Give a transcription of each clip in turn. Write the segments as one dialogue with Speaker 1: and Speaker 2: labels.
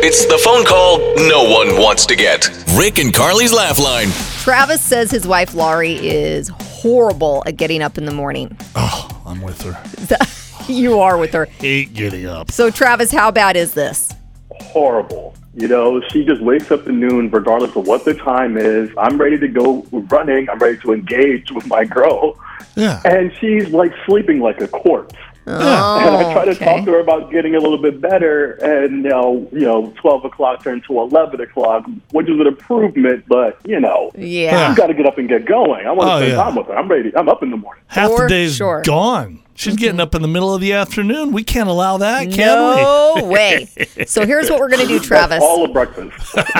Speaker 1: It's the phone call no one wants to get. Rick and Carly's Laugh Line.
Speaker 2: Travis says his wife Laurie is horrible at getting up in the morning.
Speaker 3: Oh, I'm with her.
Speaker 2: You are with her.
Speaker 3: Hate getting up.
Speaker 2: So, Travis, how bad is this?
Speaker 4: horrible. You know, she just wakes up at noon, regardless of what the time is. I'm ready to go running. I'm ready to engage with my girl.
Speaker 3: Yeah.
Speaker 4: And she's like sleeping like a corpse. and I try to talk to her about getting a little bit better. And now, you know, 12 o'clock turned to 11 o'clock, which is an improvement, but, you know,
Speaker 2: Yeah.
Speaker 4: you got to get up and get going. I want to
Speaker 3: Oh,
Speaker 4: spend
Speaker 3: yeah.
Speaker 4: time with her. I'm ready. I'm up in the morning.
Speaker 3: Half
Speaker 2: For
Speaker 3: the day's
Speaker 2: sure. Mm-hmm.
Speaker 3: gone. She's getting up in the middle of the afternoon. We can't allow that, can
Speaker 2: No way. So here's what we're going to do, Travis.
Speaker 4: All of breakfast.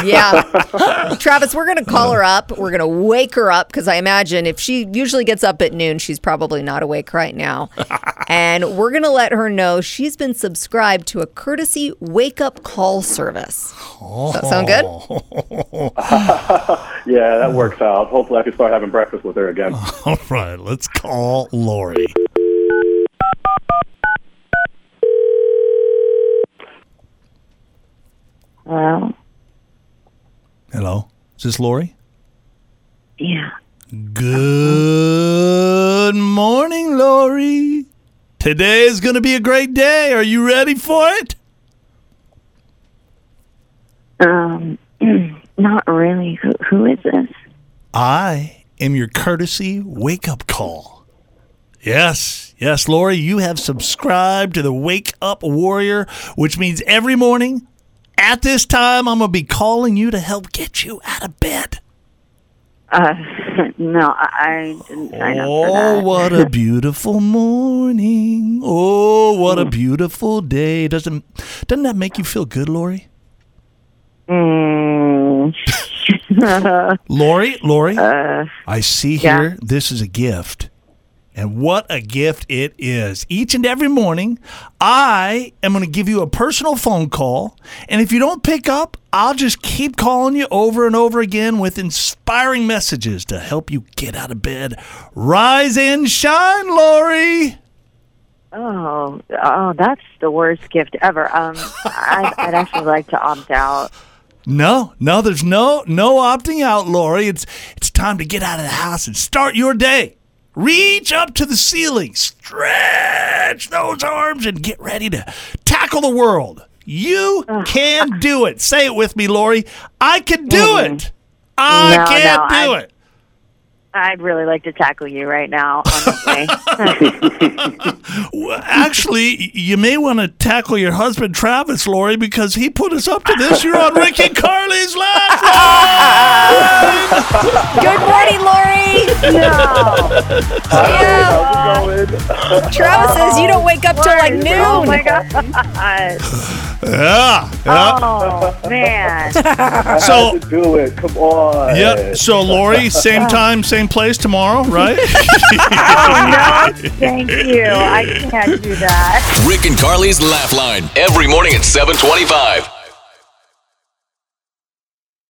Speaker 2: Yeah. Travis, we're going to call her up. We're going to wake her up because I imagine if she usually gets up at noon, she's probably not awake right now. and we're going to let her know she's been subscribed to a courtesy wake up call service. Does that sound
Speaker 4: Oh.
Speaker 2: good?
Speaker 4: yeah, that works out. Hopefully, I can start having breakfast with her again.
Speaker 3: we? All right, let's call Lori.
Speaker 5: Hello?
Speaker 3: Hello. Is this Lori?
Speaker 5: Yeah.
Speaker 3: Good morning, Lori. Today is going to be a great day. Are you ready for it?
Speaker 5: Um, not really. Who, who is this?
Speaker 3: I am your courtesy wake up call. Yes, yes, Lori, you have subscribed to the Wake Up Warrior, which means every morning at this time, I'm going to be calling you to help get you out of bed.
Speaker 5: Uh, no, I, I didn't sign up for
Speaker 3: Oh,
Speaker 5: that.
Speaker 3: what a beautiful morning. Oh, what a beautiful day. Doesn't, doesn't that make you feel good, Lori?
Speaker 5: Mm,
Speaker 3: Lori, Lori, I see here this is a gift. And what a gift it is. Each and every morning, I am going to give you a personal phone call. And if you don't pick up, I'll just keep calling you over and over again with inspiring messages to help you get out of bed. Rise and shine, Lori.
Speaker 5: oh, oh, that's the worst gift ever. Um, I'd, I'd actually like to opt out.
Speaker 3: No, no, there's no no opting out, Lori. It's it's time to get out of the house and start your day. Reach up to the ceiling, stretch those arms, and get ready to tackle the world. You can do it. Say it with me, Lori. I can do it. I
Speaker 5: No,
Speaker 3: can
Speaker 5: no,
Speaker 3: do
Speaker 5: I-
Speaker 3: it.
Speaker 5: I'd really like to tackle you right now, honestly.
Speaker 3: Well, actually, y- you may want to tackle your husband, Travis, Lori, because he put us up to this. You're on Ricky Carly's last.
Speaker 2: Good morning, Lori.
Speaker 5: no.
Speaker 2: Yeah.
Speaker 4: How's it going?
Speaker 2: Travis says you don't wake up till like
Speaker 5: Oh, my
Speaker 2: noon.
Speaker 5: God.
Speaker 3: Yeah, yeah.
Speaker 5: Oh, man.
Speaker 3: So
Speaker 4: to do it. Come on.
Speaker 3: Yeah. So Lori, same time, same place tomorrow, right?
Speaker 5: Thank you. I can't do that.
Speaker 1: Rick and Carly's Laugh Line. Every morning at 725.